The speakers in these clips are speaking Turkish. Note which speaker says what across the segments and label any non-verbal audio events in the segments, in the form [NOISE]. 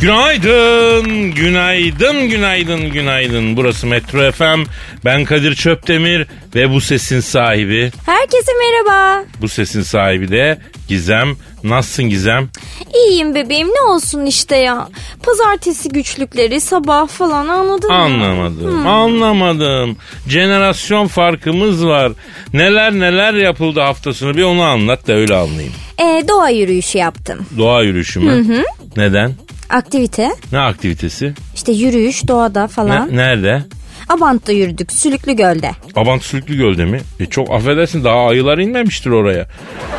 Speaker 1: Günaydın, günaydın, günaydın, günaydın. Burası Metro FM. Ben Kadir Çöptemir ve bu sesin sahibi,
Speaker 2: Herkese merhaba.
Speaker 1: bu sesin sahibi de Gizem. Nasılsın Gizem?
Speaker 2: İyiyim bebeğim ne olsun işte ya. Pazartesi güçlükleri sabah falan anladın mı?
Speaker 1: Anlamadım,
Speaker 2: Hmm.
Speaker 1: anlamadım. Jenerasyon farkımız var. Neler neler yapıldı haftasını bir onu anlat da öyle anlayayım.
Speaker 2: Ee, doğa yürüyüşü yaptım.
Speaker 1: Doğa yürüyüşü mü? Neden?
Speaker 2: Aktivite.
Speaker 1: Ne aktivitesi?
Speaker 2: İşte yürüyüş doğada falan.
Speaker 1: Ne- nerede?
Speaker 2: Abant'ta yürüdük. Sülüklü Göl'de.
Speaker 1: Abant Sülüklü Göl'de mi? E çok affedersin daha ayılar inmemiştir oraya.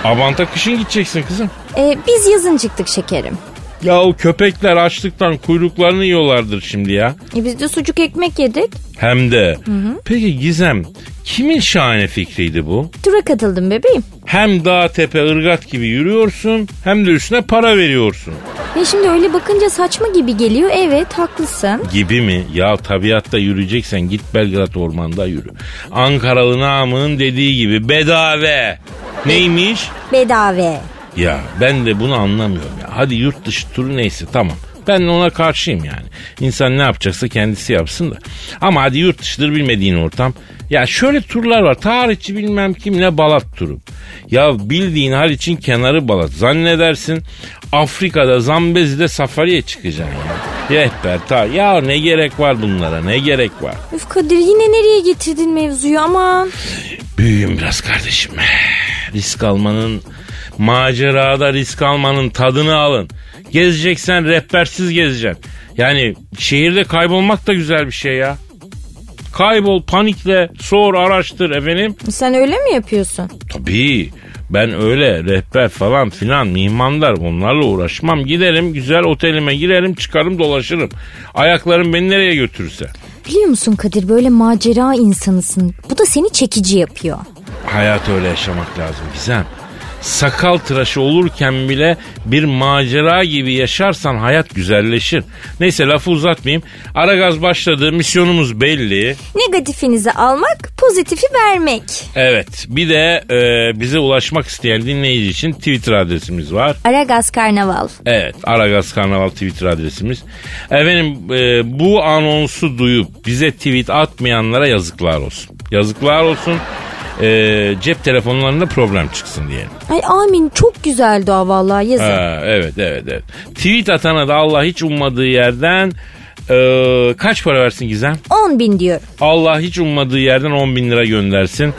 Speaker 1: Abant'a kışın gideceksin kızım.
Speaker 2: Ee, biz yazın çıktık şekerim.
Speaker 1: Ya o köpekler açlıktan kuyruklarını yiyorlardır şimdi ya.
Speaker 2: Ee, biz de sucuk ekmek yedik.
Speaker 1: Hem de. Peki Gizem kimin şahane fikriydi bu?
Speaker 2: Tura katıldım bebeğim.
Speaker 1: Hem dağ tepe ırgat gibi yürüyorsun hem de üstüne para veriyorsun.
Speaker 2: Ya şimdi öyle bakınca saçma gibi geliyor. Evet haklısın.
Speaker 1: Gibi mi? Ya tabiatta yürüyeceksen git Belgrad Orman'da yürü. Ankaralı Namık'ın dediği gibi bedava. Neymiş?
Speaker 2: Bedava.
Speaker 1: Ya ben de bunu anlamıyorum ya. Hadi yurt dışı turu neyse tamam. Ben ona karşıyım yani. İnsan ne yapacaksa kendisi yapsın da. Ama hadi yurt dışıdır bilmediğin ortam. Ya şöyle turlar var. Tarihçi bilmem kim ne Balat turu. Ya bildiğin Haliç'in kenarı Balat. Zannedersin Afrika'da Zambezi'de safariye çıkacaksın ya. Rehber ta ya ne gerek var bunlara ne gerek var.
Speaker 2: Üf Kadir yine nereye getirdin mevzuyu aman.
Speaker 1: Büyüyün biraz kardeşim. Risk almanın, macerada risk almanın tadını alın. Gezeceksen rehbersiz gezeceksin. Yani şehirde kaybolmak da güzel bir şey ya. Kaybol, panikle, sor, araştır efendim.
Speaker 2: Sen öyle mi yapıyorsun?
Speaker 1: Tabii ben öyle rehber falan filan mihmandar onlarla uğraşmam. Giderim güzel otelime girerim çıkarım dolaşırım. Ayaklarım beni nereye götürürse.
Speaker 2: Biliyor musun Kadir böyle macera insanısın. Bu da seni çekici yapıyor.
Speaker 1: Hayatı öyle yaşamak lazım Gizem. Sakal tıraşı olurken bile bir macera gibi yaşarsan hayat güzelleşir. Neyse lafı uzatmayayım. Aragaz başladı. Misyonumuz belli.
Speaker 2: Negatifinizi almak, pozitifi vermek.
Speaker 1: Evet. Bir de e, bize ulaşmak isteyen dinleyici için Twitter adresimiz var.
Speaker 2: Aragaz Karnaval.
Speaker 1: Evet Aragaz Karnaval Twitter adresimiz. Efendim e, bu anonsu duyup bize tweet atmayanlara yazıklar olsun. Yazıklar olsun. E, cep telefonlarında problem çıksın diyelim.
Speaker 2: Ay amin çok güzel dua vallahi yazın.
Speaker 1: Ha, evet evet evet. Tweet atana da Allah hiç ummadığı yerden e, kaç para versin Gizem?
Speaker 2: 10 bin diyorum.
Speaker 1: Allah hiç ummadığı yerden 10 bin lira göndersin.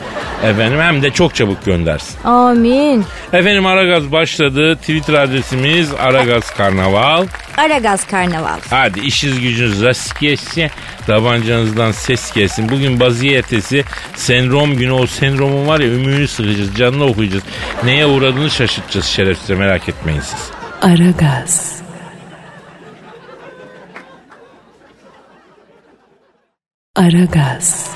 Speaker 1: Efendim hem de çok çabuk göndersin.
Speaker 2: Amin.
Speaker 1: Efendim Aragaz başladı. Twitter adresimiz Aragaz Karnaval.
Speaker 2: Aragaz Karnaval.
Speaker 1: Hadi işiniz gücünüz rast gelsin. Tabancanızdan ses gelsin. Bugün baziyetesi sendrom günü. O sendromun var ya ümüğünü sıkacağız. Canını okuyacağız. Neye uğradığını şaşırtacağız şerefsize merak etmeyin siz.
Speaker 3: Aragaz, Aragaz,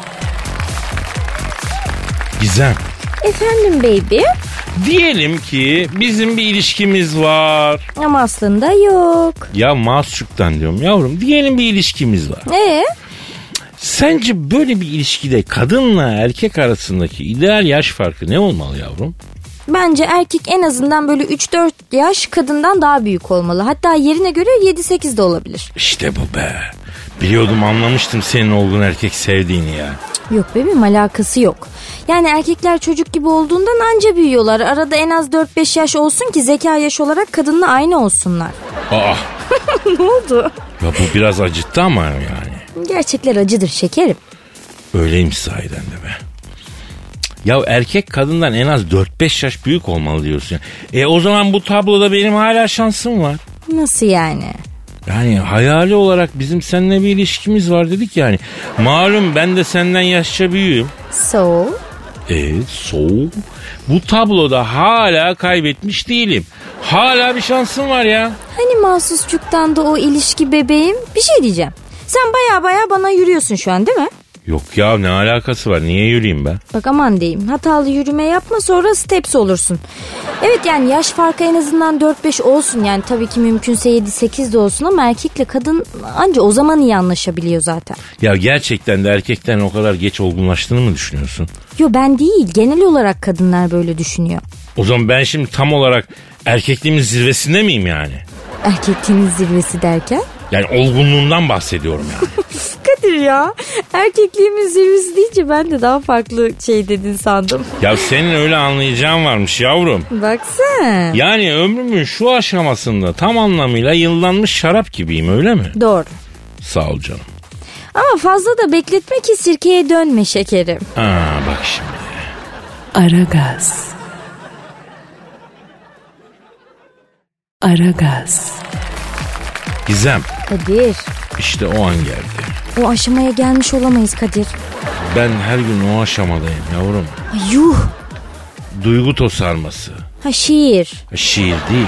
Speaker 1: Gizem.
Speaker 2: Efendim baby.
Speaker 1: Diyelim ki bizim bir ilişkimiz var.
Speaker 2: Ama aslında yok.
Speaker 1: Ya mahsuktan diyorum yavrum. Diyelim bir ilişkimiz var.
Speaker 2: Ee?
Speaker 1: Sence böyle bir ilişkide kadınla erkek arasındaki ideal yaş farkı ne olmalı yavrum?
Speaker 2: Bence erkek en azından böyle 3-4 yaş kadından daha büyük olmalı. Hatta yerine göre 7-8 de olabilir.
Speaker 1: İşte bu be. Biliyordum anlamıştım senin olgun erkek sevdiğini ya.
Speaker 2: Yok bebeğim alakası yok. Yani erkekler çocuk gibi olduğundan anca büyüyorlar. Arada en az 4-5 yaş olsun ki zeka yaş olarak kadınla aynı olsunlar.
Speaker 1: Aa
Speaker 2: [LAUGHS] ne oldu?
Speaker 1: Ya bu biraz acıttı ama yani.
Speaker 2: Gerçekler acıdır şekerim.
Speaker 1: Öyleymiş sahiden de be. Ya erkek kadından en az 4-5 yaş büyük olmalı diyorsun. E o zaman bu tabloda benim hala şansım var.
Speaker 2: Nasıl yani?
Speaker 1: Yani hayali olarak bizim seninle bir ilişkimiz var dedik yani. Malum ben de senden yaşça büyüğüm.
Speaker 2: So?
Speaker 1: E soğuk. Bu tabloda hala kaybetmiş değilim. Hala bir şansım var ya.
Speaker 2: Hani mahsusçuktan da o ilişki bebeğim? Bir şey diyeceğim. Sen baya baya bana yürüyorsun şu an değil mi?
Speaker 1: Yok ya ne alakası var niye yürüyeyim ben?
Speaker 2: Bak aman diyeyim hatalı yürüme yapma sonra steps olursun. Evet yani yaş farkı en azından 4-5 olsun yani tabii ki mümkünse 7-8 de olsun ama erkekle kadın anca o zaman iyi anlaşabiliyor zaten.
Speaker 1: Ya gerçekten de erkekten o kadar geç olgunlaştığını mı düşünüyorsun?
Speaker 2: Yo ben değil genel olarak kadınlar böyle düşünüyor.
Speaker 1: O zaman ben şimdi tam olarak erkekliğimin zirvesinde miyim yani?
Speaker 2: Erkekliğin zirvesi derken?
Speaker 1: Yani olgunluğumdan bahsediyorum yani.
Speaker 2: Kadir ya erkekliğimin zirvesi deyince ben de daha farklı şey dedin sandım.
Speaker 1: ya senin öyle anlayacağın varmış yavrum.
Speaker 2: Bak sen.
Speaker 1: Yani ömrümün şu aşamasında tam anlamıyla yıllanmış şarap gibiyim öyle mi?
Speaker 2: Doğru.
Speaker 1: Sağ ol canım.
Speaker 2: Ama fazla da bekletme ki sirkeye dönme şekerim.
Speaker 1: Aa bak şimdi.
Speaker 3: Aragaz. Aragaz.
Speaker 1: Gizem
Speaker 2: Kadir
Speaker 1: işte o an geldi.
Speaker 2: o aşamaya gelmiş olamayız Kadir.
Speaker 1: Ben her gün o aşamadayım yavrum.
Speaker 2: Ay yuh.
Speaker 1: Duygu tosarması.
Speaker 2: Ha şiir.
Speaker 1: Şiir değil.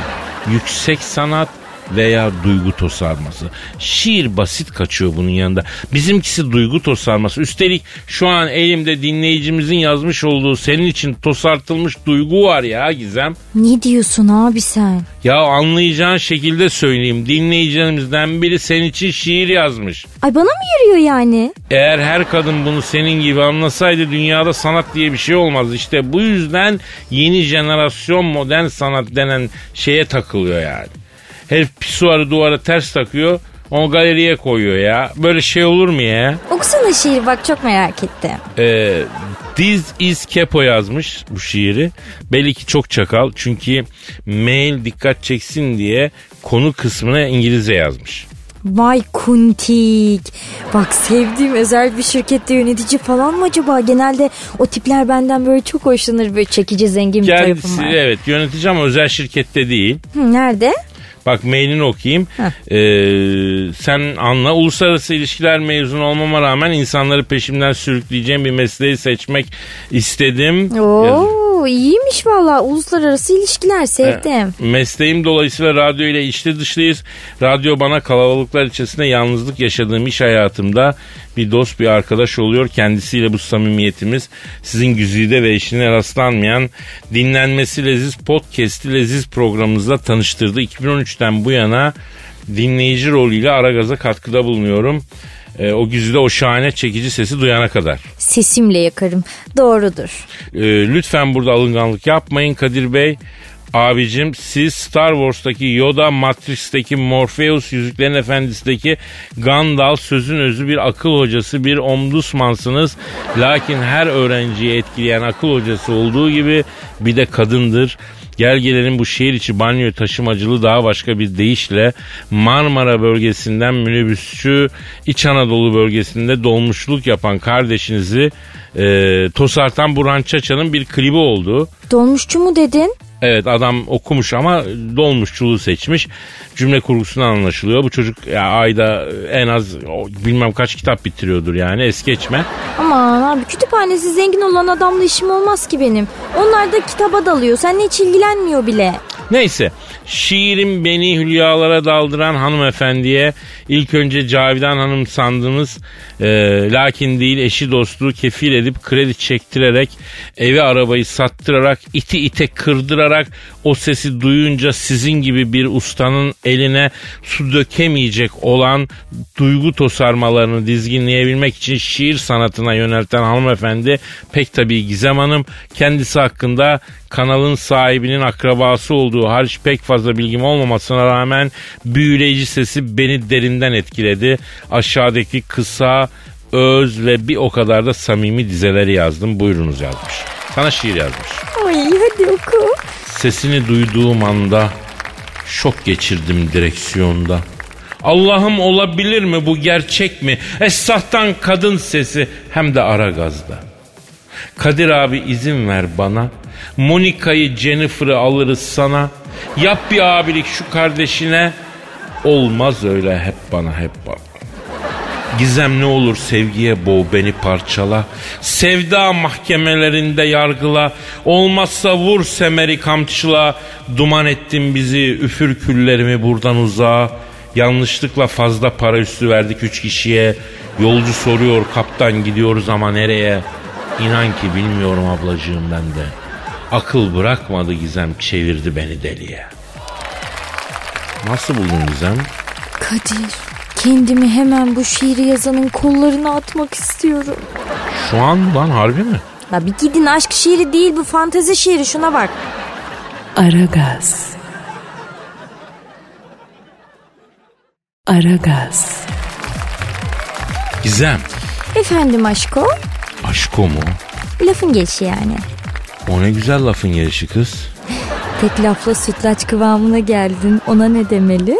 Speaker 1: Yüksek sanat veya duygu tosarması. Şiir basit kaçıyor bunun yanında. Bizimkisi duygu tosarması. Üstelik şu an elimde dinleyicimizin yazmış olduğu senin için tosartılmış duygu var ya Gizem.
Speaker 2: Ne diyorsun abi sen?
Speaker 1: Ya anlayacağın şekilde söyleyeyim. Dinleyicilerimizden biri senin için şiir yazmış.
Speaker 2: Ay bana mı yürüyor yani?
Speaker 1: Eğer her kadın bunu senin gibi anlasaydı dünyada sanat diye bir şey olmaz. İşte bu yüzden yeni jenerasyon modern sanat denen şeye takılıyor yani. Herif pisuarı duvara ters takıyor. Onu galeriye koyuyor ya. Böyle şey olur mu ya?
Speaker 2: Okusana şiir bak çok merak ettim.
Speaker 1: Ee, This is Kepo yazmış bu şiiri. Belli ki çok çakal çünkü mail dikkat çeksin diye konu kısmına İngilizce yazmış.
Speaker 2: Vay kuntik. Bak sevdiğim özel bir şirkette yönetici falan mı acaba? Genelde o tipler benden böyle çok hoşlanır. Böyle çekici zengin bir tarafım
Speaker 1: Kendisi
Speaker 2: var.
Speaker 1: evet yönetici ama özel şirkette değil.
Speaker 2: Hı, nerede?
Speaker 1: Bak mailini okuyayım. Ee, sen anla. Uluslararası ilişkiler mezunu olmama rağmen insanları peşimden sürükleyeceğim bir mesleği seçmek istedim. Yazıyor.
Speaker 2: Oo iyiymiş valla. Uluslararası ilişkiler sevdim.
Speaker 1: Mesleğim dolayısıyla radyo ile içli dışlıyız. Radyo bana kalabalıklar içerisinde yalnızlık yaşadığım iş hayatımda bir dost bir arkadaş oluyor. Kendisiyle bu samimiyetimiz sizin güzide ve eşine rastlanmayan dinlenmesi leziz podcast'i leziz programımızla tanıştırdı. 2013'ten bu yana dinleyici rolüyle Aragaz'a katkıda bulunuyorum. E, o güzide o şahane çekici sesi duyana kadar.
Speaker 2: Sesimle yakarım. Doğrudur.
Speaker 1: Ee, lütfen burada alınganlık yapmayın Kadir Bey. Abicim siz Star Wars'taki Yoda, Matrix'teki Morpheus, Yüzüklerin Efendisi'deki Gandalf sözün özü bir akıl hocası, bir omdusmansınız. Lakin her öğrenciyi etkileyen akıl hocası olduğu gibi bir de kadındır. Gelgelerin bu şehir içi banyo taşımacılığı daha başka bir deyişle Marmara bölgesinden minibüsçü İç Anadolu bölgesinde dolmuşluk yapan kardeşinizi e, Tosartan Burhan Çaça'nın bir klibi oldu.
Speaker 2: Dolmuşçu mu dedin?
Speaker 1: Evet adam okumuş ama dolmuşçuluğu seçmiş. Cümle kurgusundan anlaşılıyor. Bu çocuk ya, ayda en az o, bilmem kaç kitap bitiriyordur yani es geçme.
Speaker 2: Aman abi kütüphanesi zengin olan adamla işim olmaz ki benim. Onlar da kitaba dalıyor. Sen hiç ilgilenmiyor bile.
Speaker 1: Neyse şiirim beni hülyalara daldıran hanımefendiye ilk önce Cavidan Hanım sandığımız e, lakin değil eşi dostluğu kefil edip kredi çektirerek evi arabayı sattırarak iti ite kırdırarak o sesi duyunca sizin gibi bir ustanın eline su dökemeyecek olan duygu tosarmalarını dizginleyebilmek için şiir sanatına yönelten hanımefendi pek tabii Gizem Hanım kendisi hakkında kanalın sahibinin akrabası olduğu hariç pek fazla bilgim olmamasına rağmen büyüleyici sesi beni derinden etkiledi. Aşağıdaki kısa, öz ve bir o kadar da samimi dizeleri yazdım. Buyurunuz yazmış. Sana şiir yazmış.
Speaker 2: Ay hadi oku.
Speaker 1: Sesini duyduğum anda Şok geçirdim direksiyonda. Allah'ım olabilir mi bu gerçek mi? Esahtan kadın sesi hem de ara gazda. Kadir abi izin ver bana. Monika'yı Jennifer'ı alırız sana. Yap bir abilik şu kardeşine. Olmaz öyle hep bana hep bana. Gizem ne olur sevgiye boğ beni parçala. Sevda mahkemelerinde yargıla. Olmazsa vur semeri kamçıla. Duman ettin bizi üfür küllerimi buradan uzağa. Yanlışlıkla fazla para üstü verdik üç kişiye. Yolcu soruyor kaptan gidiyoruz ama nereye? İnan ki bilmiyorum ablacığım ben de. Akıl bırakmadı Gizem çevirdi beni deliye. Nasıl buldun Gizem?
Speaker 2: Kadir kendimi hemen bu şiiri yazanın kollarına atmak istiyorum.
Speaker 1: Şu an lan harbi mi?
Speaker 2: Ya bir gidin aşk şiiri değil bu fantezi şiiri şuna bak.
Speaker 4: Aragaz. Aragaz.
Speaker 1: Gizem.
Speaker 2: Efendim aşko
Speaker 1: Aşko mu?
Speaker 2: lafın geçi yani.
Speaker 1: O ne güzel lafın gelişi kız.
Speaker 2: Tek lafla sütlaç kıvamına geldin ona ne demeli?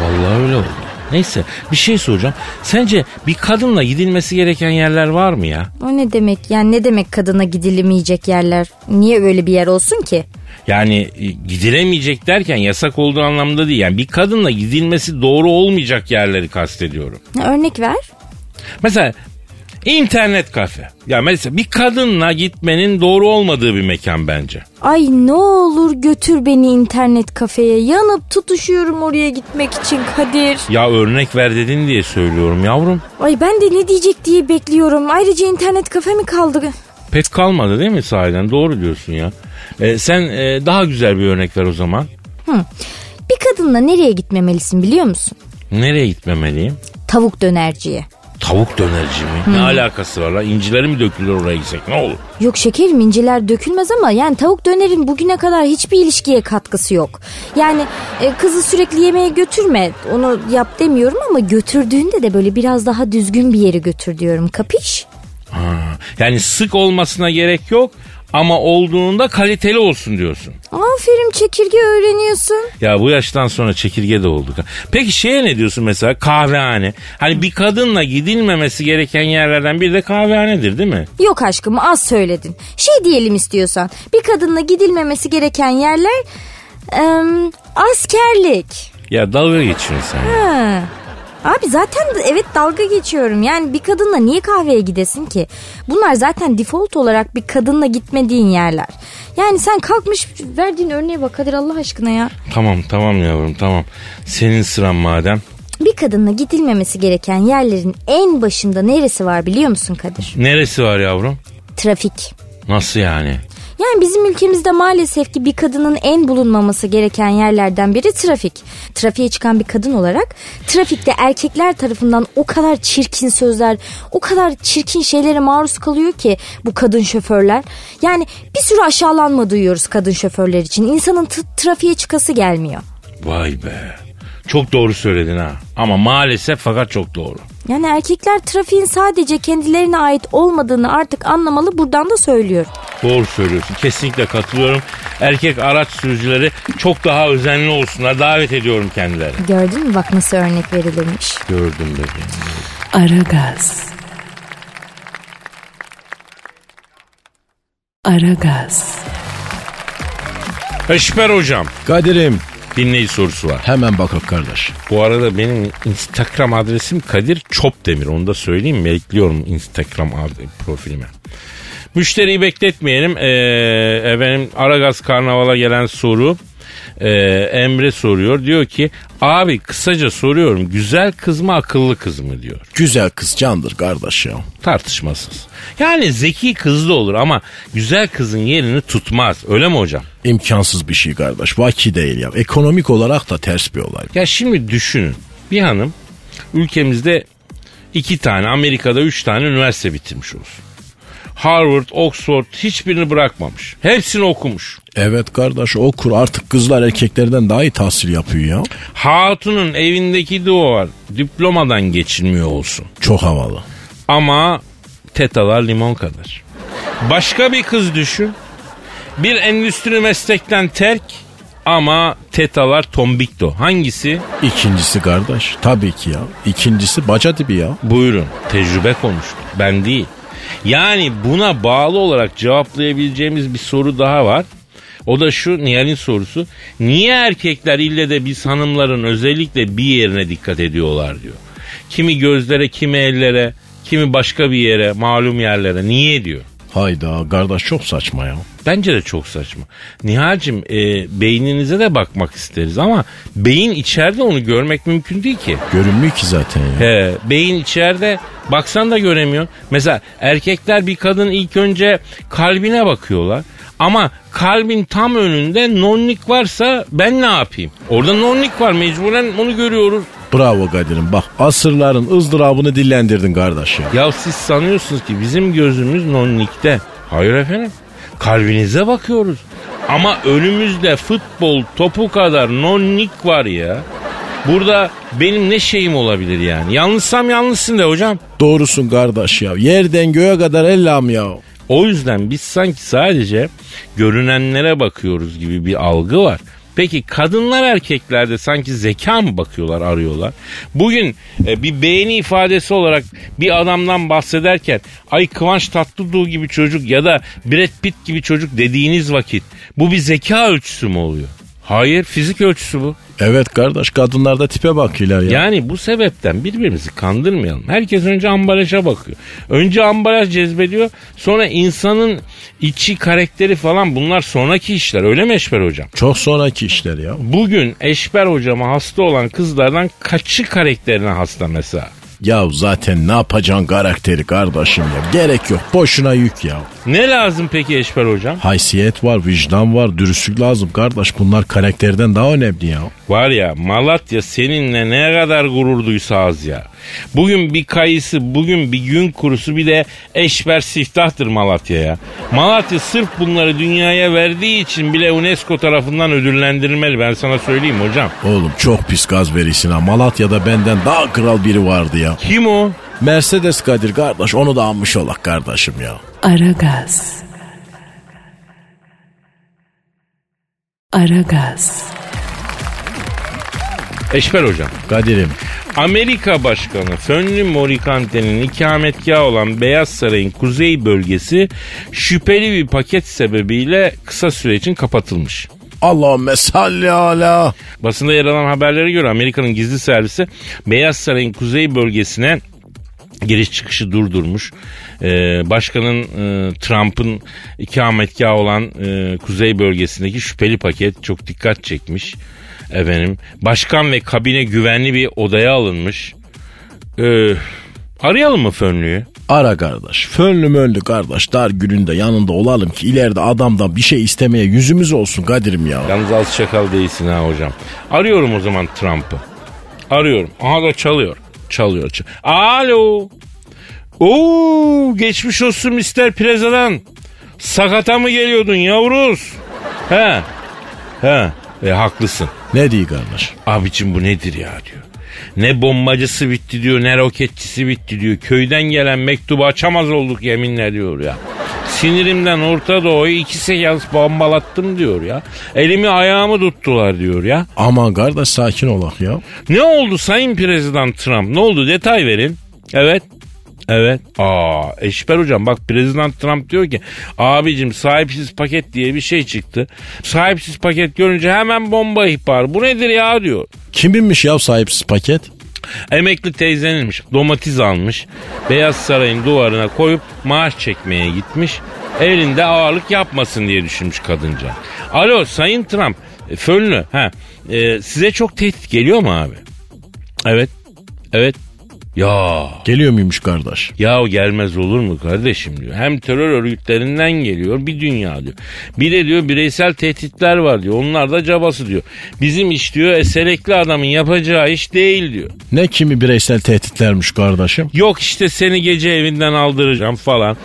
Speaker 1: Vallahi öyle oldu. Neyse bir şey soracağım. Sence bir kadınla gidilmesi gereken yerler var mı ya?
Speaker 2: O ne demek yani ne demek kadına gidilemeyecek yerler? Niye öyle bir yer olsun ki?
Speaker 1: Yani e, gidilemeyecek derken yasak olduğu anlamda değil. Yani bir kadınla gidilmesi doğru olmayacak yerleri kastediyorum.
Speaker 2: Ha, Örnek ver.
Speaker 1: Mesela internet kafe. Ya mesela bir kadınla gitmenin doğru olmadığı bir mekan bence.
Speaker 2: Ay ne olur götür beni internet kafeye. Yanıp tutuşuyorum oraya gitmek için Kadir.
Speaker 1: Ya örnek ver dedin diye söylüyorum yavrum.
Speaker 2: Ay ben de ne diyecek diye bekliyorum. Ayrıca internet kafe mi kaldı?
Speaker 1: Pek kalmadı değil mi sahiden? Doğru diyorsun ya. E, sen e, daha güzel bir örnek ver o zaman.
Speaker 2: Bir kadınla nereye gitmemelisin biliyor musun?
Speaker 1: Nereye gitmemeliyim?
Speaker 2: Tavuk dönerciye.
Speaker 1: Tavuk dönerci mi? Ne alakası var lan? İncileri mi dökülür oraya gitsek? Ne olur?
Speaker 2: Yok şekerim inciler dökülmez ama yani tavuk dönerin bugüne kadar hiçbir ilişkiye katkısı yok. Yani e, kızı sürekli yemeğe götürme onu yap demiyorum ama götürdüğünde de böyle biraz daha düzgün bir yere götür diyorum kapiş?
Speaker 1: Ha, yani sık olmasına gerek yok ama olduğunda kaliteli olsun diyorsun.
Speaker 2: Aferin çekirge öğreniyorsun.
Speaker 1: Ya bu yaştan sonra çekirge de olduk. Peki şeye ne diyorsun mesela kahvehane? Hani bir kadınla gidilmemesi gereken yerlerden biri de kahvehanedir değil mi?
Speaker 2: Yok aşkım az söyledin. Şey diyelim istiyorsan bir kadınla gidilmemesi gereken yerler em, askerlik.
Speaker 1: Ya dalga geçiyorsun sen. ya.
Speaker 2: Ha. Abi zaten de- evet dalga geçiyorum. Yani bir kadınla niye kahveye gidesin ki? Bunlar zaten default olarak bir kadınla gitmediğin yerler. Yani sen kalkmış verdiğin örneğe bak Kadir Allah aşkına ya.
Speaker 1: Tamam tamam yavrum tamam. Senin sıran madem.
Speaker 2: Bir kadınla gidilmemesi gereken yerlerin en başında neresi var biliyor musun Kadir?
Speaker 1: Neresi var yavrum?
Speaker 2: Trafik.
Speaker 1: Nasıl yani?
Speaker 2: Yani bizim ülkemizde maalesef ki bir kadının en bulunmaması gereken yerlerden biri trafik. Trafiğe çıkan bir kadın olarak trafikte erkekler tarafından o kadar çirkin sözler, o kadar çirkin şeylere maruz kalıyor ki bu kadın şoförler. Yani bir sürü aşağılanma duyuyoruz kadın şoförler için. İnsanın t- trafiğe çıkası gelmiyor.
Speaker 1: Vay be. Çok doğru söyledin ha. Ama maalesef fakat çok doğru.
Speaker 2: Yani erkekler trafiğin sadece kendilerine ait olmadığını artık anlamalı buradan da söylüyorum.
Speaker 1: Doğru söylüyorsun. Kesinlikle katılıyorum. Erkek araç sürücüleri çok daha özenli olsunlar. Davet ediyorum kendilerini.
Speaker 2: Gördün mü bak nasıl örnek verilmiş.
Speaker 1: Gördüm bebeğim.
Speaker 4: Aragaz. Aragaz.
Speaker 1: Eşber hocam.
Speaker 5: Kadir'im
Speaker 1: Dinleyici sorusu var.
Speaker 5: hemen bakak kardeş.
Speaker 1: Bu arada benim Instagram adresim Kadir Çopdemir. Onu da söyleyeyim. mi? Bekliyorum Instagram ad- profilime. Müşteriyi bekletmeyelim. Ee, efendim Aragaz Karnaval'a gelen soru. Ee, Emre soruyor. Diyor ki abi kısaca soruyorum. Güzel kız mı akıllı kız mı diyor.
Speaker 5: Güzel kız candır kardeş ya.
Speaker 1: Tartışmasız. Yani zeki kız da olur ama güzel kızın yerini tutmaz. Öyle mi hocam?
Speaker 5: İmkansız bir şey kardeş. Vaki değil ya. Ekonomik olarak da ters bir olay.
Speaker 1: Ya şimdi düşünün. Bir hanım ülkemizde iki tane, Amerika'da üç tane üniversite bitirmiş olsun. Harvard, Oxford hiçbirini bırakmamış. Hepsini okumuş.
Speaker 5: Evet kardeş o kur artık kızlar erkeklerden daha iyi tahsil yapıyor ya.
Speaker 1: Hatunun evindeki duvar diplomadan geçilmiyor olsun.
Speaker 5: Çok havalı.
Speaker 1: Ama tetalar limon kadar. Başka bir kız düşün. Bir endüstri meslekten terk ama tetalar tombikto. Hangisi?
Speaker 5: İkincisi kardeş. Tabii ki ya. İkincisi baca dibi ya.
Speaker 1: Buyurun tecrübe konuştu. Ben değil. Yani buna bağlı olarak cevaplayabileceğimiz bir soru daha var. O da şu Nihal'in sorusu. Niye erkekler ille de biz hanımların özellikle bir yerine dikkat ediyorlar diyor. Kimi gözlere, kimi ellere, kimi başka bir yere, malum yerlere. Niye diyor.
Speaker 5: Hayda kardeş çok saçma ya.
Speaker 1: Bence de çok saçma. Nihal'cim e, beyninize de bakmak isteriz ama beyin içeride onu görmek mümkün değil ki.
Speaker 5: Görünmüyor ki zaten ya.
Speaker 1: He, beyin içeride baksan da göremiyor. Mesela erkekler bir kadın ilk önce kalbine bakıyorlar. Ama kalbin tam önünde nonlik varsa ben ne yapayım? Orada nonlik var mecburen onu görüyoruz.
Speaker 5: Bravo Kadir'im bak asırların ızdırabını dillendirdin kardeş ya.
Speaker 1: Ya siz sanıyorsunuz ki bizim gözümüz nonlikte. Hayır efendim. Kalbinize bakıyoruz. Ama önümüzde futbol topu kadar nonlik var ya. Burada benim ne şeyim olabilir yani? Yanlışsam yanlışsın de hocam.
Speaker 5: Doğrusun kardeş ya. Yerden göğe kadar ellam ya.
Speaker 1: O yüzden biz sanki sadece görünenlere bakıyoruz gibi bir algı var. Peki kadınlar erkeklerde sanki zeka mı bakıyorlar arıyorlar? Bugün e, bir beğeni ifadesi olarak bir adamdan bahsederken ay Kıvanç Tatlıtuğ gibi çocuk ya da Brad Pitt gibi çocuk dediğiniz vakit bu bir zeka ölçüsü mü oluyor? Hayır fizik ölçüsü bu.
Speaker 5: Evet kardeş kadınlarda tipe bakıyorlar ya.
Speaker 1: Yani bu sebepten birbirimizi kandırmayalım. Herkes önce ambalaja bakıyor. Önce ambalaj cezbediyor. Sonra insanın içi karakteri falan bunlar sonraki işler. Öyle mi Eşber Hocam?
Speaker 5: Çok sonraki işler ya.
Speaker 1: Bugün Eşber Hocam'a hasta olan kızlardan kaçı karakterine hasta mesela?
Speaker 5: Ya zaten ne yapacaksın karakteri kardeşim ya. Gerek yok boşuna yük ya.
Speaker 1: Ne lazım peki Eşber Hocam?
Speaker 5: Haysiyet var, vicdan var, dürüstlük lazım kardeş. Bunlar karakterden daha önemli ya.
Speaker 1: Var ya Malatya seninle ne kadar gurur duysa az ya. Bugün bir kayısı, bugün bir gün kurusu bir de eşber siftahtır Malatya'ya. Malatya sırf bunları dünyaya verdiği için bile UNESCO tarafından ödüllendirilmeli ben sana söyleyeyim hocam.
Speaker 5: Oğlum çok pis gaz verirsin ha. Malatya'da benden daha kral biri vardı ya.
Speaker 1: Kim o?
Speaker 5: Mercedes Kadir kardeş onu da anmış olak kardeşim ya.
Speaker 4: Aragaz. Aragaz.
Speaker 1: Eşber hocam.
Speaker 5: Kadir'im
Speaker 1: Amerika Başkanı Fönlü Morikante'nin ikametgahı olan Beyaz Saray'ın kuzey bölgesi şüpheli bir paket sebebiyle kısa süre için kapatılmış.
Speaker 5: Allahümme salli ala.
Speaker 1: Basında yer alan haberlere göre Amerika'nın gizli servisi Beyaz Saray'ın kuzey bölgesine giriş çıkışı durdurmuş. Ee, başkanın e, Trump'ın ikametgahı olan e, kuzey bölgesindeki şüpheli paket çok dikkat çekmiş. Efendim, başkan ve kabine güvenli bir odaya alınmış. Ee, arayalım mı Fönlü'yü?
Speaker 5: Ara kardeş. Fönlüm önlü kardeş. Dar gününde yanında olalım ki ileride adamdan bir şey istemeye yüzümüz olsun Kadir'im ya.
Speaker 1: Yalnız az şakal değilsin ha hocam. Arıyorum o zaman Trump'ı. Arıyorum. Aha da çalıyor. Çalıyor. çal- Alo. Oo, geçmiş olsun Mr. Preza'dan. Sakata mı geliyordun yavruz? He. He. E, haklısın.
Speaker 5: Ne diyor kardeş?
Speaker 1: Abicim bu nedir ya diyor. Ne bombacısı bitti diyor ne roketçisi bitti diyor. Köyden gelen mektubu açamaz olduk yeminle diyor ya. Sinirimden Orta Doğu'yu iki sekans bombalattım diyor ya. Elimi ayağımı tuttular diyor ya.
Speaker 5: Aman kardeş sakin olak ya.
Speaker 1: Ne oldu Sayın Prezident Trump? Ne oldu? Detay verin. Evet. Evet. Aa, Eşber hocam bak Prezident Trump diyor ki abicim sahipsiz paket diye bir şey çıktı. Sahipsiz paket görünce hemen bomba ihbarı. Bu nedir ya diyor.
Speaker 5: Kiminmiş ya sahipsiz paket?
Speaker 1: Emekli teyzenilmiş domates almış. Beyaz Saray'ın duvarına koyup maaş çekmeye gitmiş. Elinde ağırlık yapmasın diye düşünmüş kadınca. Alo Sayın Trump. e, Fönlü. Ha, e, size çok tehdit geliyor mu abi? Evet. Evet. Ya
Speaker 5: Geliyor muymuş kardeş?
Speaker 1: ya gelmez olur mu kardeşim diyor. Hem terör örgütlerinden geliyor bir dünya diyor. Bir de diyor bireysel tehditler var diyor. Onlar da cabası diyor. Bizim iş diyor eselekli adamın yapacağı iş değil diyor.
Speaker 5: Ne kimi bireysel tehditlermiş kardeşim?
Speaker 1: Yok işte seni gece evinden aldıracağım falan.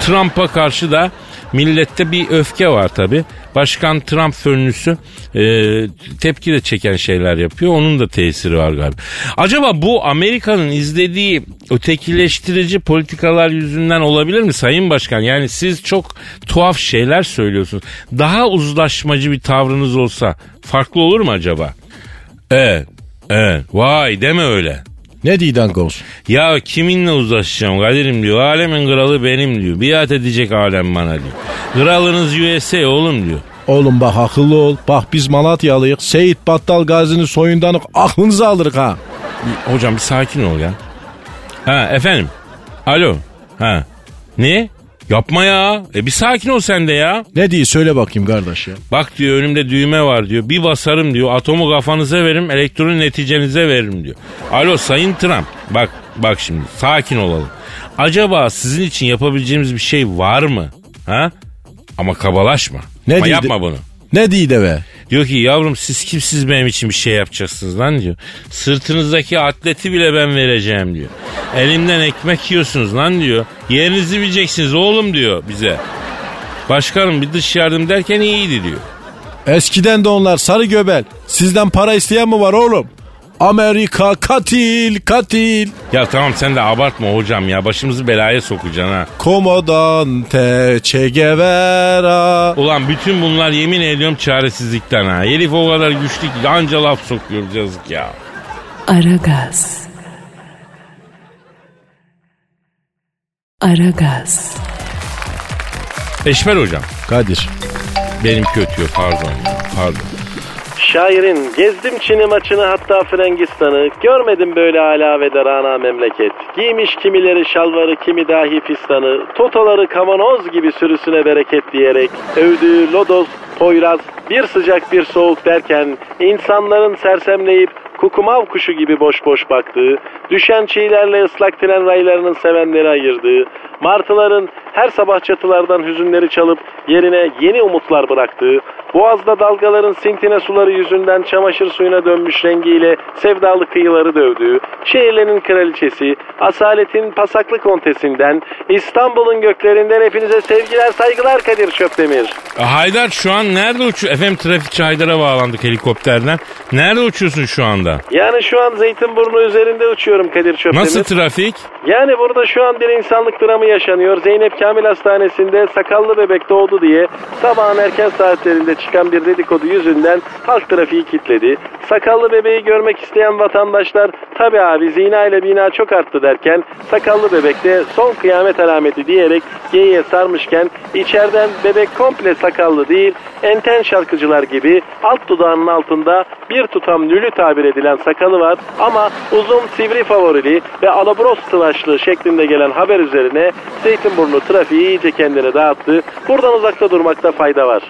Speaker 1: Trump'a karşı da Millette bir öfke var tabi. Başkan Trump fönlüsü e, tepki de çeken şeyler yapıyor. Onun da tesiri var galiba. Acaba bu Amerika'nın izlediği ötekileştirici politikalar yüzünden olabilir mi Sayın Başkan? Yani siz çok tuhaf şeyler söylüyorsunuz. Daha uzlaşmacı bir tavrınız olsa farklı olur mu acaba? Evet. Evet. Vay deme öyle.
Speaker 5: Ne diyden Gavus?
Speaker 1: Ya kiminle uzlaşacağım Kadir'im diyor. Alemin kralı benim diyor. Biat edecek alem bana diyor. Kralınız USA oğlum diyor.
Speaker 5: Oğlum bak akıllı ol. Bak biz Malatyalıyık. Seyit Battal Gazi'nin soyundanık aklınızı alırık ha.
Speaker 1: Bir- Hocam bir sakin ol ya. Ha efendim. Alo. Ha. Ne? Yapma ya. E bir sakin ol sen de ya.
Speaker 5: Ne diye söyle bakayım kardeş ya.
Speaker 1: Bak diyor önümde düğme var diyor. Bir basarım diyor. Atomu kafanıza veririm. Elektronu neticenize veririm diyor. Alo Sayın Trump. Bak bak şimdi sakin olalım. Acaba sizin için yapabileceğimiz bir şey var mı? Ha? Ama kabalaşma.
Speaker 5: Ne
Speaker 1: Ama
Speaker 5: dedi-
Speaker 1: yapma bunu.
Speaker 5: Ne diye de be?
Speaker 1: Diyor ki yavrum siz kimsiz benim için bir şey yapacaksınız lan diyor. Sırtınızdaki atleti bile ben vereceğim diyor. Elimden ekmek yiyorsunuz lan diyor. Yerinizi bileceksiniz oğlum diyor bize. Başkanım bir dış yardım derken iyiydi diyor.
Speaker 5: Eskiden de onlar sarı göbel. Sizden para isteyen mi var oğlum? Amerika katil katil.
Speaker 1: Ya tamam sen de abartma hocam ya başımızı belaya sokacaksın ha.
Speaker 5: Komodante Che Guevara.
Speaker 1: Ulan bütün bunlar yemin ediyorum çaresizlikten ha. Herif o kadar güçlü ki anca laf sokuyoruz yazık ya.
Speaker 4: Aragaz. Aragaz.
Speaker 1: Eşmer hocam
Speaker 5: Kadir.
Speaker 1: benim kötü pardon ya, pardon.
Speaker 6: Şairin gezdim Çin'i maçını hatta Frangistan'ı görmedim böyle ala ve derana memleket. Giymiş kimileri şalvarı kimi dahi fistanı totoları kamanoz gibi sürüsüne bereket diyerek övdüğü lodos poyraz bir sıcak bir soğuk derken insanların sersemleyip kukumav kuşu gibi boş boş baktığı, düşen çiğlerle ıslak tren raylarının sevenleri ayırdığı, martıların her sabah çatılardan hüzünleri çalıp yerine yeni umutlar bıraktığı, boğazda dalgaların sintine suları yüzünden çamaşır suyuna dönmüş rengiyle sevdalı kıyıları dövdüğü, şehirlerin kraliçesi, asaletin pasaklı kontesinden, İstanbul'un göklerinden hepinize sevgiler saygılar Kadir Çöpdemir.
Speaker 1: E, Haydar şu an nerede uçuyor? Efendim trafikçi Haydar'a bağlandık helikopterden. Nerede uçuyorsun şu anda?
Speaker 6: Yani şu an Zeytinburnu üzerinde uçuyorum Kadir Çöpdemir.
Speaker 1: Nasıl trafik?
Speaker 6: Yani burada şu an bir insanlık dramı yaşanıyor. Zeynep Kamil Hastanesi'nde sakallı bebek doğdu diye sabahın erken saatlerinde çıkan bir dedikodu yüzünden halk trafiği kilitledi. Sakallı bebeği görmek isteyen vatandaşlar tabi abi zina ile bina çok arttı derken sakallı bebek de son kıyamet alameti diyerek geyiğe sarmışken içeriden bebek komple sakallı değil enten şarkıcılar gibi alt dudağının altında bir tutam nülü tabir edilen sakalı var ama uzun sivri favorili ve alabros tıraşlı şeklinde gelen haber üzerine Zeytinburnu trafiği iyice kendini dağıttı. Buradan uzakta durmakta fayda var.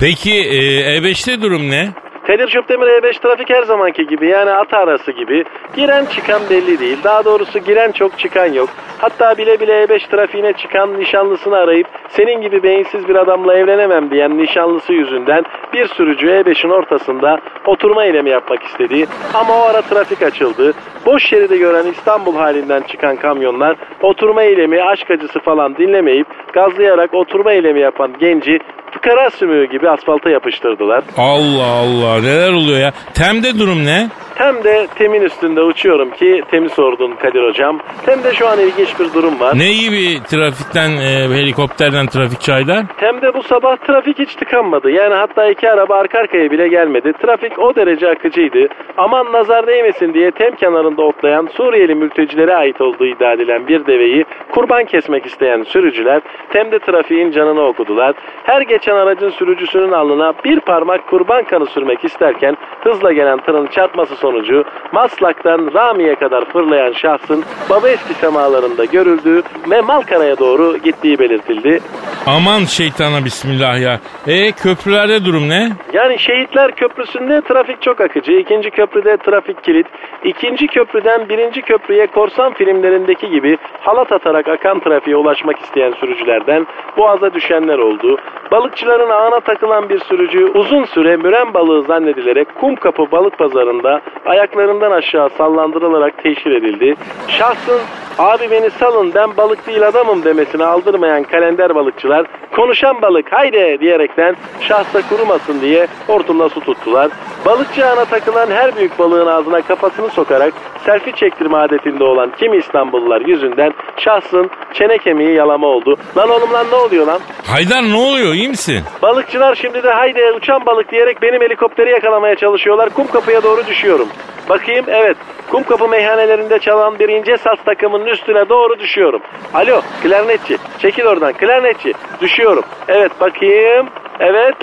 Speaker 1: Peki e, E5'te durum ne?
Speaker 6: Kadir Çöptemir E5 trafik her zamanki gibi yani at arası gibi. Giren çıkan belli değil. Daha doğrusu giren çok çıkan yok. Hatta bile bile E5 trafiğine çıkan nişanlısını arayıp senin gibi beyinsiz bir adamla evlenemem diyen nişanlısı yüzünden bir sürücü E5'in ortasında oturma eylemi yapmak istedi. Ama o ara trafik açıldı. Boş şeridi gören İstanbul halinden çıkan kamyonlar oturma eylemi aşk acısı falan dinlemeyip gazlayarak oturma eylemi yapan genci fıkara sümüğü gibi asfalta yapıştırdılar.
Speaker 1: Allah Allah neler oluyor ya? Tem'de durum ne?
Speaker 6: Hem de temin üstünde uçuyorum ki temi sordun Kadir hocam. Hem de şu an ilginç bir durum var.
Speaker 1: Ne gibi trafikten e, helikopterden trafikçi Haydar?
Speaker 6: Hem de bu sabah trafik hiç tıkanmadı. Yani hatta iki araba arka arkaya bile gelmedi. Trafik o derece akıcıydı. Aman nazar değmesin diye tem kenarında otlayan Suriyeli mültecilere ait olduğu iddia edilen bir deveyi kurban kesmek isteyen sürücüler temde trafiğin canını okudular. Her geçen aracın sürücüsünün alnına bir parmak kurban kanı sürmek isterken hızla gelen tırın çarpması sonucu Maslak'tan Rami'ye kadar fırlayan şahsın baba eski semalarında görüldüğü ve Malkara'ya doğru gittiği belirtildi.
Speaker 1: Aman şeytana bismillah ya. E köprülerde durum ne?
Speaker 6: Yani Şehitler Köprüsü'nde trafik çok akıcı. İkinci köprüde trafik kilit. İkinci köprüden birinci köprüye korsan filmlerindeki gibi halat atarak akan trafiğe ulaşmak isteyen sürücülerden boğaza düşenler oldu. Balıkçıların ağına takılan bir sürücü uzun süre müren balığı zannedilerek Kumkapı balık pazarında ayaklarından aşağı sallandırılarak teşhir edildi. Şahsın Abi beni salın ben balık değil adamım demesini aldırmayan kalender balıkçılar konuşan balık haydi diyerekten şahsa kurumasın diye hortumla su tuttular. Balıkçı ağına takılan her büyük balığın ağzına kafasını sokarak selfie çektirme adetinde olan kimi İstanbullular yüzünden şahsın çene kemiği yalama oldu. Lan oğlum lan ne oluyor lan?
Speaker 1: Haydar ne oluyor iyi misin?
Speaker 6: Balıkçılar şimdi de haydi uçan balık diyerek benim helikopteri yakalamaya çalışıyorlar. Kum kapıya doğru düşüyorum. Bakayım evet. Kum kapı meyhanelerinde çalan bir ince saz takımının üstüne doğru düşüyorum. Alo klarnetçi çekil oradan klarnetçi düşüyorum. Evet bakayım evet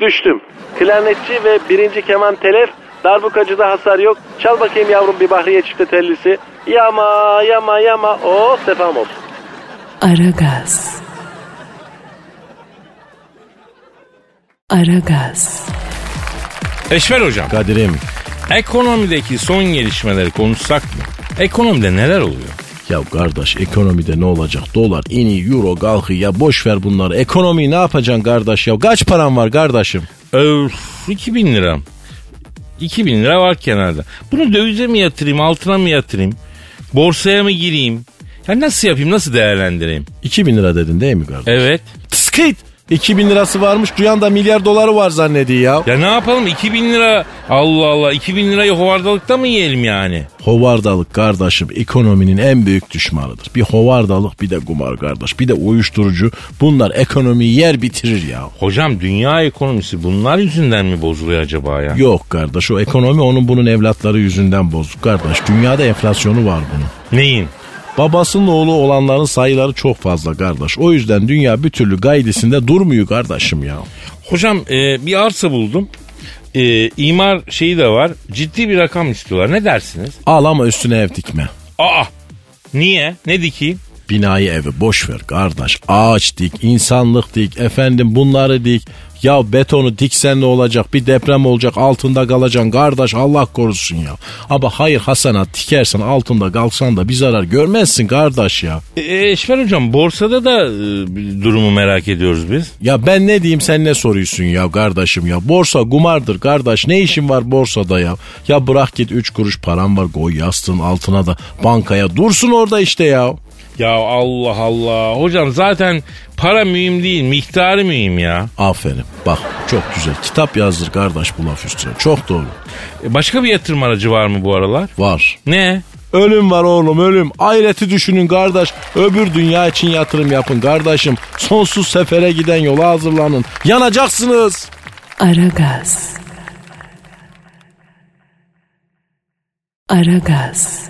Speaker 6: düştüm. Klarnetçi ve birinci keman telef darbukacıda hasar yok. Çal bakayım yavrum bir bahriye çifte tellisi. Yama yama yama o sefam olsun.
Speaker 4: Aragaz. Aragaz.
Speaker 1: Eşver hocam.
Speaker 5: Kadir'im
Speaker 1: Ekonomideki son gelişmeleri konuşsak mı? Ekonomide neler oluyor?
Speaker 5: ya kardeş ekonomide ne olacak? Dolar ini, euro kalkı ya boş ver bunları. Ekonomiyi ne yapacaksın kardeş ya? Kaç paran var kardeşim?
Speaker 1: Öf 2000 lira. 2000 lira var kenarda. Bunu dövize mi yatırayım, altına mı yatırayım? Borsaya mı gireyim? Ya nasıl yapayım, nasıl değerlendireyim?
Speaker 5: 2000 lira dedin değil mi kardeş?
Speaker 1: Evet.
Speaker 5: Skit! 2000 lirası varmış duyan da milyar doları var zannediyor ya.
Speaker 1: Ya ne yapalım 2000 lira Allah Allah 2000 lirayı hovardalıkta mı yiyelim yani?
Speaker 5: Hovardalık kardeşim ekonominin en büyük düşmanıdır. Bir hovardalık bir de kumar kardeş bir de uyuşturucu bunlar ekonomiyi yer bitirir ya.
Speaker 1: Hocam dünya ekonomisi bunlar yüzünden mi bozuluyor acaba ya?
Speaker 5: Yok kardeş o ekonomi onun bunun evlatları yüzünden bozuk kardeş. Dünyada enflasyonu var bunun.
Speaker 1: Neyin?
Speaker 5: Babasının oğlu olanların sayıları çok fazla kardeş. O yüzden dünya bir türlü gaydisinde durmuyor kardeşim ya.
Speaker 1: Hocam e, bir arsa buldum. E, imar şeyi de var. Ciddi bir rakam istiyorlar. Ne dersiniz?
Speaker 5: Al ama üstüne ev dikme.
Speaker 1: Aa niye? Ne dikeyim?
Speaker 5: Binayı evi boş ver kardeş. Ağaç dik, insanlık dik, efendim bunları dik. Ya betonu diksen ne olacak? Bir deprem olacak altında kalacaksın kardeş Allah korusun ya. Ama hayır hasanat dikersen altında kalsan da bir zarar görmezsin kardeş ya.
Speaker 1: E, Eşmer hocam borsada da e, bir durumu merak ediyoruz biz.
Speaker 5: Ya ben ne diyeyim sen ne soruyorsun ya kardeşim ya. Borsa kumardır kardeş ne işin var borsada ya. Ya bırak git 3 kuruş param var koy yastığın altına da bankaya dursun orada işte ya.
Speaker 1: Ya Allah Allah. Hocam zaten para mühim değil miktarı mühim ya.
Speaker 5: Aferin bak çok güzel kitap yazdır kardeş bu laf üstüne çok doğru
Speaker 1: E, başka bir yatırım aracı var mı bu aralar?
Speaker 5: var.
Speaker 1: Ne?
Speaker 5: Ölüm var oğlum ölüm. Ahireti düşünün kardeş. Öbür dünya için yatırım yapın kardeşim. Sonsuz sefere giden yola hazırlanın. Yanacaksınız.
Speaker 4: Aragaz. Aragaz.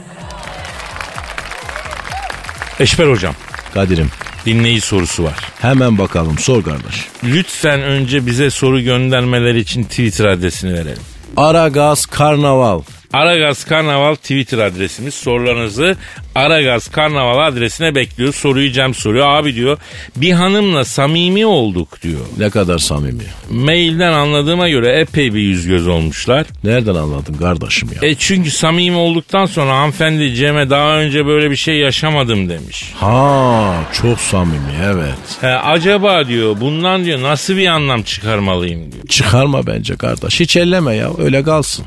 Speaker 1: Eşber hocam
Speaker 5: Kadir'im
Speaker 1: dinleyici sorusu var.
Speaker 5: hemen bakalım sor kardeş.
Speaker 1: Lütfen önce bize soru göndermeleri için Twitter adresini verelim.
Speaker 5: Aragaz Karnaval.
Speaker 1: Aragaz Karnaval Twitter adresimiz. Sorularınızı Aragaz Karnaval adresine bekliyoruz. Soruyu Cem soruyor. Abi diyor bir hanımla samimi olduk diyor.
Speaker 5: Ne kadar samimi.
Speaker 1: Mailden anladığıma göre epey bir yüz göz olmuşlar.
Speaker 5: Nereden anladın kardeşim ya?
Speaker 1: E çünkü samimi olduktan sonra hanımefendi Cem'e daha önce böyle bir şey yaşamadım demiş.
Speaker 5: Ha çok samimi evet.
Speaker 1: He, acaba diyor bundan diyor nasıl bir anlam çıkarmalıyım diyor.
Speaker 5: Çıkarma bence kardeş. Hiç elleme ya öyle kalsın.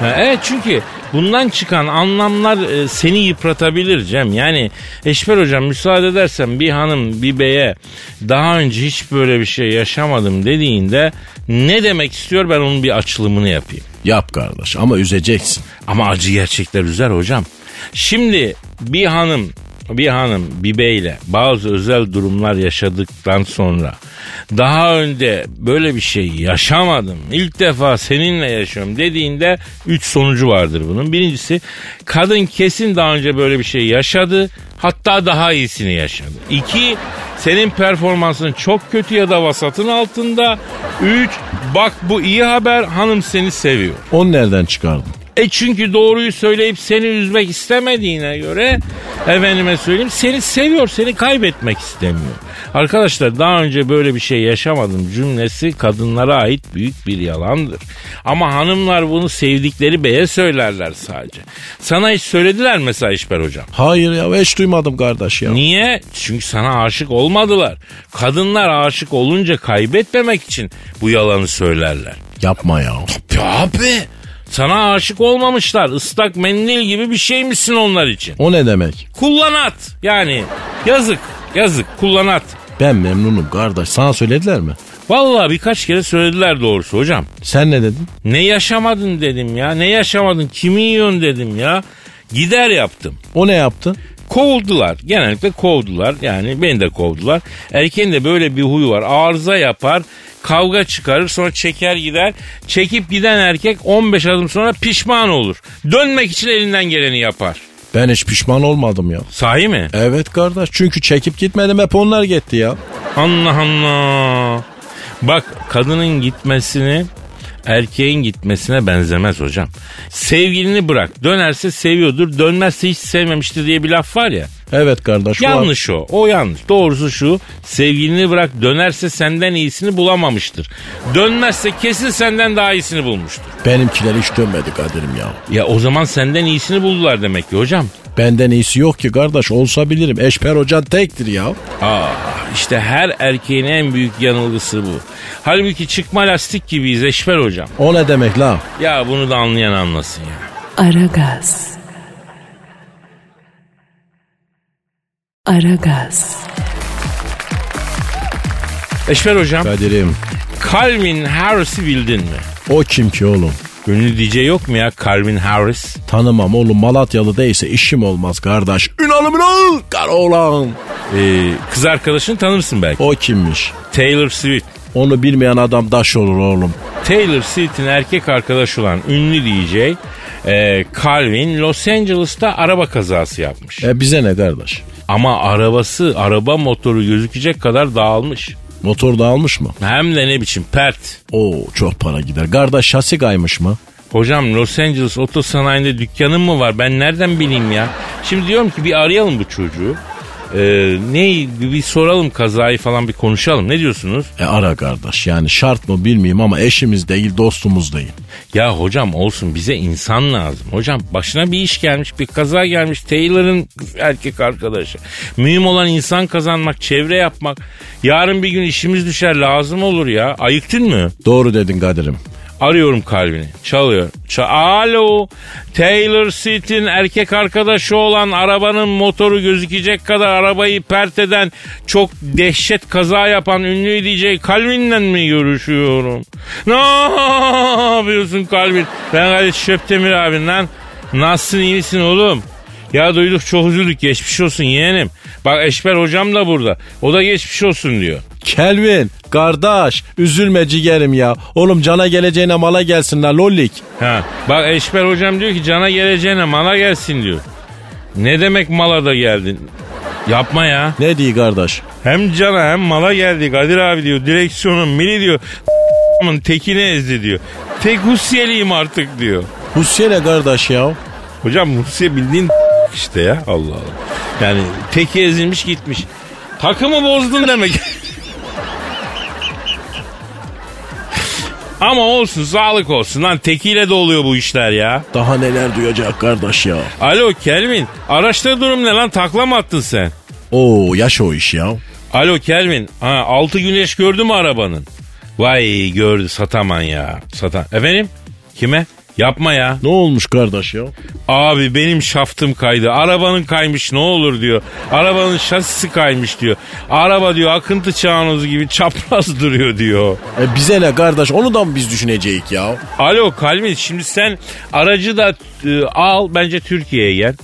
Speaker 1: Ha, evet çünkü bundan çıkan anlamlar e, seni yıpratabilir Cem. Yani Eşber hocam müsaade edersen bir hanım bir beye daha önce hiç böyle bir şey yaşamadım dediğinde ne demek istiyor ben onun bir açılımını yapayım.
Speaker 5: Yap kardeş ama üzeceksin.
Speaker 1: Ama acı gerçekler üzer hocam. Şimdi bir hanım bir hanım bir beyle bazı özel durumlar yaşadıktan sonra daha önce böyle bir şey yaşamadım. ilk defa seninle yaşıyorum dediğinde 3 sonucu vardır bunun. Birincisi kadın kesin daha önce böyle bir şey yaşadı. Hatta daha iyisini yaşadı. İki, senin performansın çok kötü ya da vasatın altında. Üç, bak bu iyi haber hanım seni seviyor.
Speaker 5: Onu nereden çıkardın?
Speaker 1: E çünkü doğruyu söyleyip seni üzmek istemediğine göre efendime söyleyeyim seni seviyor seni kaybetmek istemiyor. Arkadaşlar daha önce böyle bir şey yaşamadım cümlesi kadınlara ait büyük bir yalandır. Ama hanımlar bunu sevdikleri beye söylerler sadece. Sana hiç söylediler mi mesela İşber hocam?
Speaker 5: Hayır ya hiç duymadım kardeş ya.
Speaker 1: Niye? Çünkü sana aşık olmadılar. Kadınlar aşık olunca kaybetmemek için bu yalanı söylerler.
Speaker 5: Yapma ya.
Speaker 1: Ya abi Sana aşık olmamışlar. Islak mendil gibi bir şey misin onlar için?
Speaker 5: O ne demek?
Speaker 1: Kullanat yani. Yazık yazık kullanat.
Speaker 5: Ben memnunum kardeş. Sana söylediler mi?
Speaker 1: Vallahi birkaç kere söylediler doğrusu hocam.
Speaker 5: Sen ne dedin?
Speaker 1: Ne yaşamadın dedim ya. Ne yaşamadın kimi yiyorsun dedim ya. Gider yaptım.
Speaker 5: O ne yaptı?
Speaker 1: Kovdular. Genellikle kovdular. Yani beni de kovdular. Erkeğin de böyle bir huyu var. Arıza yapar. Kavga çıkarır sonra çeker gider. Çekip giden erkek 15 adım sonra pişman olur. Dönmek için elinden geleni yapar.
Speaker 5: Ben hiç pişman olmadım ya.
Speaker 1: Sahi mi?
Speaker 5: Evet kardeş çünkü çekip gitmedim hep onlar gitti ya.
Speaker 1: Allah Allah. Bak kadının gitmesini erkeğin gitmesine benzemez hocam. Sevgilini bırak. Dönerse seviyordur. Dönmezse hiç sevmemiştir diye bir laf var ya.
Speaker 5: Evet kardeş. bu-
Speaker 1: yanlış o. O yanlış. Doğrusu şu. Sevgilini bırak. Dönerse senden iyisini bulamamıştır. Dönmezse kesin senden daha iyisini bulmuştur.
Speaker 5: Benimkiler hiç dönmedi Kadir'im ya.
Speaker 1: Ya o zaman senden iyisini buldular demek ki hocam.
Speaker 5: Benden iyisi yok ki kardeş olsa bilirim. Eşper hocan tektir ya.
Speaker 1: Aa, işte her erkeğin en büyük yanılgısı bu. Halbuki çıkma lastik gibiyiz Eşber hocam.
Speaker 5: O ne demek la?
Speaker 1: Ya bunu da anlayan anlasın ya.
Speaker 4: Aragaz. Aragaz.
Speaker 1: Eşber hocam,
Speaker 5: Kadir'im
Speaker 1: Calvin Harris'i bildin mi?
Speaker 5: o kim ki oğlum?
Speaker 1: Ünlü DJ yok mu ya Calvin Harris?
Speaker 5: Tanımam oğlum Malatyalı değilse işim olmaz kardeş. Ünalım Ünal! Kara oğlan.
Speaker 1: Ee, kız arkadaşını tanırsın belki.
Speaker 5: O kimmiş?
Speaker 1: Taylor Swift.
Speaker 5: Onu bilmeyen adam daş olur oğlum.
Speaker 1: Taylor Swift'in erkek arkadaşı olan ünlü DJ e, Calvin Los Angeles'ta araba kazası yapmış.
Speaker 5: E bize ne kardeş?
Speaker 1: Ama arabası, araba motoru gözükecek kadar dağılmış.
Speaker 5: Motor dağılmış mı?
Speaker 1: Hem de ne biçim pert.
Speaker 5: Oo çok para gider. Kardeş şasi kaymış mı?
Speaker 1: Hocam Los Angeles otosanayinde dükkanın mı var? Ben nereden bileyim ya? Şimdi diyorum ki bir arayalım bu çocuğu. Ee, ne bir soralım kazayı falan bir konuşalım. Ne diyorsunuz?
Speaker 5: E ara kardeş yani şart mı bilmeyeyim ama eşimiz değil dostumuz değil.
Speaker 1: Ya hocam olsun bize insan lazım. Hocam başına bir iş gelmiş, bir kaza gelmiş. Taylor'ın erkek arkadaşı. Mühim olan insan kazanmak, çevre yapmak. Yarın bir gün işimiz düşer lazım olur ya. Ayıktın mı?
Speaker 5: Doğru dedin Kadir'im.
Speaker 1: Arıyorum kalbini. Çalıyor. Ça Alo. Taylor Swift'in erkek arkadaşı olan arabanın motoru gözükecek kadar arabayı pert eden çok dehşet kaza yapan ünlü DJ Calvin'le mi görüşüyorum? Ne yapıyorsun Calvin? Ben Halit Şöptemir abinden. Nasılsın iyi misin oğlum? Ya duyduk çok üzüldük geçmiş olsun yeğenim. Bak Eşber hocam da burada. O da geçmiş olsun diyor.
Speaker 5: Kelvin kardeş üzülme ciğerim ya. Oğlum cana geleceğine mala gelsin la lollik.
Speaker 1: Ha, bak Eşber hocam diyor ki cana geleceğine mala gelsin diyor. Ne demek mala da geldin? Yapma ya.
Speaker 5: Ne diyor kardeş?
Speaker 1: Hem cana hem mala geldik Kadir abi diyor. Direksiyonun mili diyor. tekini ezdi diyor. Tek Husyeliyim artık diyor.
Speaker 5: Husiye ne kardeş ya?
Speaker 1: Hocam Husye bildiğin [LAUGHS] işte ya Allah Allah. Yani teki ezilmiş gitmiş. Takımı bozdun demek. [LAUGHS] Ama olsun sağlık olsun lan tekiyle de oluyor bu işler ya.
Speaker 5: Daha neler duyacak kardeş ya.
Speaker 1: Alo Kelvin araçta durum ne lan takla mı attın sen?
Speaker 5: Oo yaş o iş ya.
Speaker 1: Alo Kelvin ha, altı güneş gördü mü arabanın? Vay gördü sataman ya satan. Efendim kime? Yapma ya.
Speaker 5: Ne olmuş kardeş ya?
Speaker 1: Abi benim şaftım kaydı. Arabanın kaymış ne olur diyor. Arabanın şasisi kaymış diyor. Araba diyor akıntı çağınızı gibi çapraz [LAUGHS] duruyor diyor.
Speaker 5: E bize ne kardeş onu da mı biz düşünecek ya?
Speaker 1: Alo Kalmin şimdi sen aracı da e, al bence Türkiye'ye gel.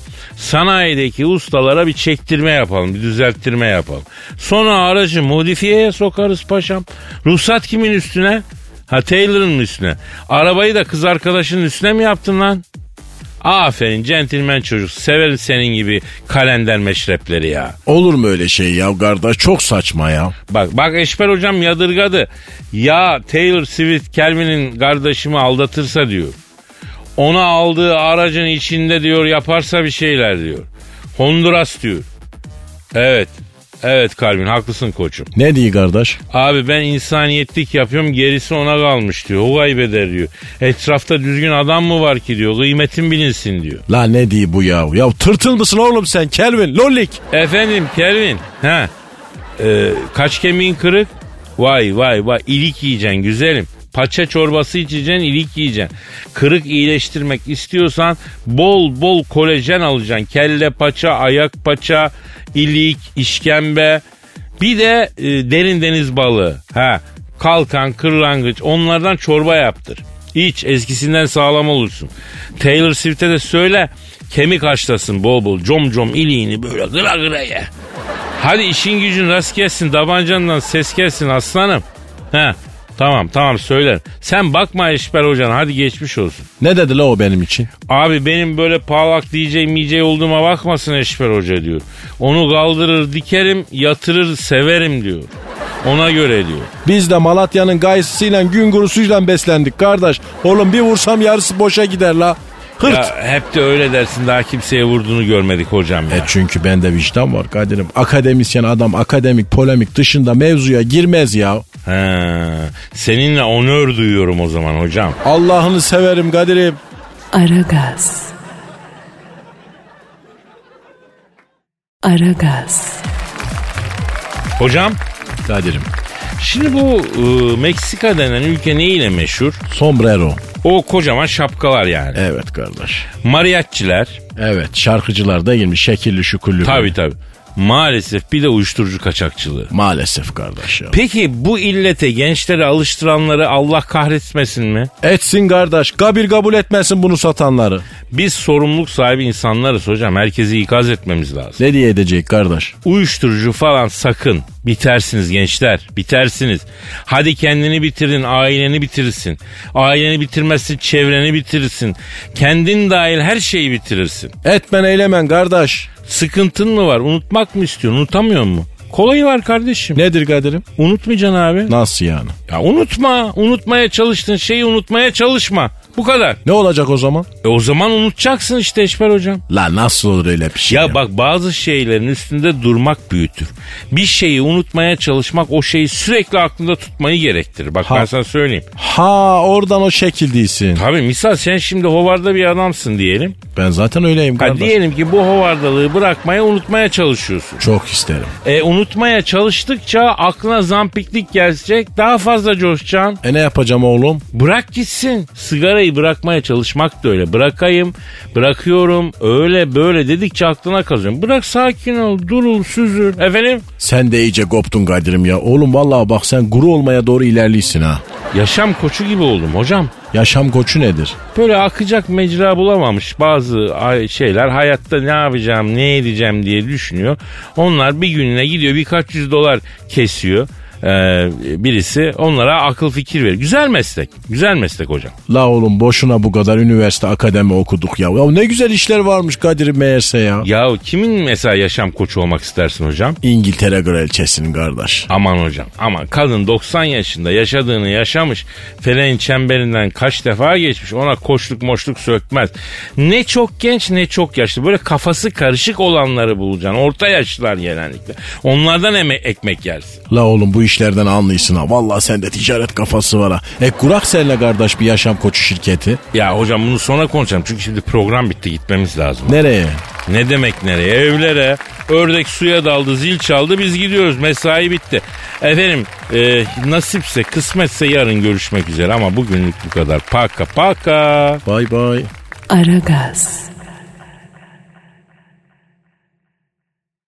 Speaker 1: Sanayideki ustalara bir çektirme yapalım, bir düzelttirme yapalım. Sonra aracı modifiyeye sokarız paşam. Ruhsat kimin üstüne? Ha Taylor'ın mı üstüne. Arabayı da kız arkadaşının üstüne mi yaptın lan? Aferin centilmen çocuk. Severiz senin gibi kalender meşrepleri ya.
Speaker 5: Olur mu öyle şey ya kardeş çok saçma ya.
Speaker 1: Bak bak Eşber hocam yadırgadı. Ya Taylor Swift Kelvin'in kardeşimi aldatırsa diyor. Ona aldığı aracın içinde diyor yaparsa bir şeyler diyor. Honduras diyor. Evet. Evet Calvin haklısın koçum.
Speaker 5: Ne diyor kardeş?
Speaker 1: Abi ben insaniyetlik yapıyorum gerisi ona kalmış diyor. O kaybeder diyor. Etrafta düzgün adam mı var ki diyor. Kıymetin bilinsin diyor.
Speaker 5: La ne diyor bu ya? Ya tırtıl mısın oğlum sen Kelvin lollik.
Speaker 1: Efendim Kelvin. Ha. Ee, kaç kemiğin kırık? Vay vay vay ilik yiyeceksin güzelim. Paça çorbası içeceksin, ilik yiyeceksin. Kırık iyileştirmek istiyorsan bol bol kolajen alacaksın. Kelle paça, ayak paça, ilik, işkembe. Bir de e, derin deniz balığı. Ha, kalkan, kırlangıç onlardan çorba yaptır. İç eskisinden sağlam olursun. Taylor Swift'e de söyle kemik haşlasın bol bol. Com com iliğini böyle gıra gıra ye. Hadi işin gücün rast gelsin. Davancandan ses gelsin aslanım. He tamam tamam söylerim. Sen bakma Eşber Hoca'na hadi geçmiş olsun.
Speaker 5: Ne dedi la o benim için?
Speaker 1: Abi benim böyle parlak DJ mice olduğuma bakmasın Eşber Hoca diyor. Onu kaldırır dikerim yatırır severim diyor. Ona göre diyor.
Speaker 5: Biz de Malatya'nın gayısıyla gün gurusuyla beslendik kardeş. Oğlum bir vursam yarısı boşa gider la. Hırt.
Speaker 1: Ya hep de öyle dersin daha kimseye vurduğunu görmedik hocam ya.
Speaker 5: E çünkü bende vicdan var Kadir'im. Akademisyen adam akademik polemik dışında mevzuya girmez ya.
Speaker 1: He, seninle onör duyuyorum o zaman hocam.
Speaker 5: Allah'ını severim Kadir'im.
Speaker 4: Aragaz. Aragaz.
Speaker 1: Hocam
Speaker 5: Kadir'im.
Speaker 1: şimdi bu e, Meksika denen ülke neyle meşhur?
Speaker 5: Sombrero.
Speaker 1: O kocaman şapkalar yani.
Speaker 5: Evet kardeş.
Speaker 1: Mariachiler.
Speaker 5: Evet şarkıcılar da girmiş şekilli şukullü.
Speaker 1: Tabii tabii. Maalesef bir de uyuşturucu kaçakçılığı.
Speaker 5: Maalesef kardeş ya.
Speaker 1: Peki bu illete gençleri alıştıranları Allah kahretmesin mi?
Speaker 5: Etsin kardeş. Kabir kabul etmesin bunu satanları.
Speaker 1: Biz sorumluluk sahibi insanlarız hocam. Herkesi ikaz etmemiz lazım.
Speaker 5: Ne diye edecek kardeş?
Speaker 1: Uyuşturucu falan sakın. Bitersiniz gençler. Bitersiniz. Hadi kendini bitirin. Aileni bitirirsin. Aileni bitirmezsin. Çevreni bitirirsin. Kendin dahil her şeyi bitirirsin.
Speaker 5: Etmen eylemen kardeş.
Speaker 1: Sıkıntın mı var? Unutmak mı istiyorsun? Unutamıyor mu? Kolayı var kardeşim.
Speaker 5: Nedir Kadir'im?
Speaker 1: Unutmayacaksın abi.
Speaker 5: Nasıl yani?
Speaker 1: Ya unutma. Unutmaya çalıştığın şeyi unutmaya çalışma. Bu kadar.
Speaker 5: Ne olacak o zaman?
Speaker 1: E o zaman unutacaksın işte Eşber hocam.
Speaker 5: La nasıl olur öyle bir şey?
Speaker 1: Ya bak bazı şeylerin üstünde durmak büyütür. Bir şeyi unutmaya çalışmak o şeyi sürekli aklında tutmayı gerektirir. Bak
Speaker 5: Ha.
Speaker 1: ben sana söyleyeyim.
Speaker 5: Ha oradan o şekil değilsin.
Speaker 1: Tabii misal sen şimdi hovarda bir adamsın diyelim.
Speaker 5: Ben zaten öyleyim
Speaker 1: Ha,
Speaker 5: kardeş.
Speaker 1: diyelim ki bu hovardalığı bırakmaya unutmaya çalışıyorsun.
Speaker 5: Çok isterim.
Speaker 1: E unutmaya çalıştıkça aklına zampiklik gelecek daha fazla coşacaksın.
Speaker 5: E ne yapacağım oğlum?
Speaker 1: Bırak gitsin. Sigarayı bırakmaya çalışmak da öyle. Bırakayım, bırakıyorum, öyle böyle dedikçe aklına kazıyorum. Bırak sakin ol, durul, süzül. Efendim?
Speaker 5: Sen de iyice koptun Kadir'im ya. Oğlum vallahi bak sen guru olmaya doğru ilerliyorsun ha.
Speaker 1: Yaşam koçu gibi oldum hocam.
Speaker 5: Yaşam koçu nedir?
Speaker 1: Böyle akacak mecra bulamamış bazı ay- şeyler hayatta ne yapacağım ne edeceğim diye düşünüyor. Onlar bir gününe gidiyor birkaç yüz dolar kesiyor Ee, birisi onlara akıl fikir veriyor. Güzel meslek. Güzel meslek hocam.
Speaker 5: La oğlum boşuna bu kadar üniversite akademi okuduk ya. Ya ne güzel işler varmış Kadir'im meğerse ya.
Speaker 1: Ya kimin mesela yaşam koçu olmak istersin hocam?
Speaker 5: İngiltere Kraliçesi'nin kardeş.
Speaker 1: Aman hocam aman kadın 90 yaşında yaşadığını yaşamış. Feleğin çemberinden kaç defa geçmiş ona koşluk moşluk sökmez. Ne çok genç ne çok yaşlı böyle kafası karışık olanları bulacaksın. Orta yaşlılar genellikle. Onlardan eme- ekmek yersin.
Speaker 5: La oğlum bu işlerden anlıyorsun ha. Vallahi sende ticaret kafası var ha. E kurak seninle kardeş bir yaşam koçu şirketi.
Speaker 1: Ya hocam bunu sonra konuşalım çünkü şimdi program bitti gitmemiz lazım.
Speaker 5: Nereye?
Speaker 1: Ne demek nereye? Evlere. Ördek suya daldı, zil çaldı. Biz gidiyoruz. Mesai bitti. Efendim e, nasipse, kısmetse yarın görüşmek üzere. Ama bugünlük bu kadar. Paka paka.
Speaker 5: Bay bay.
Speaker 4: Aragaz.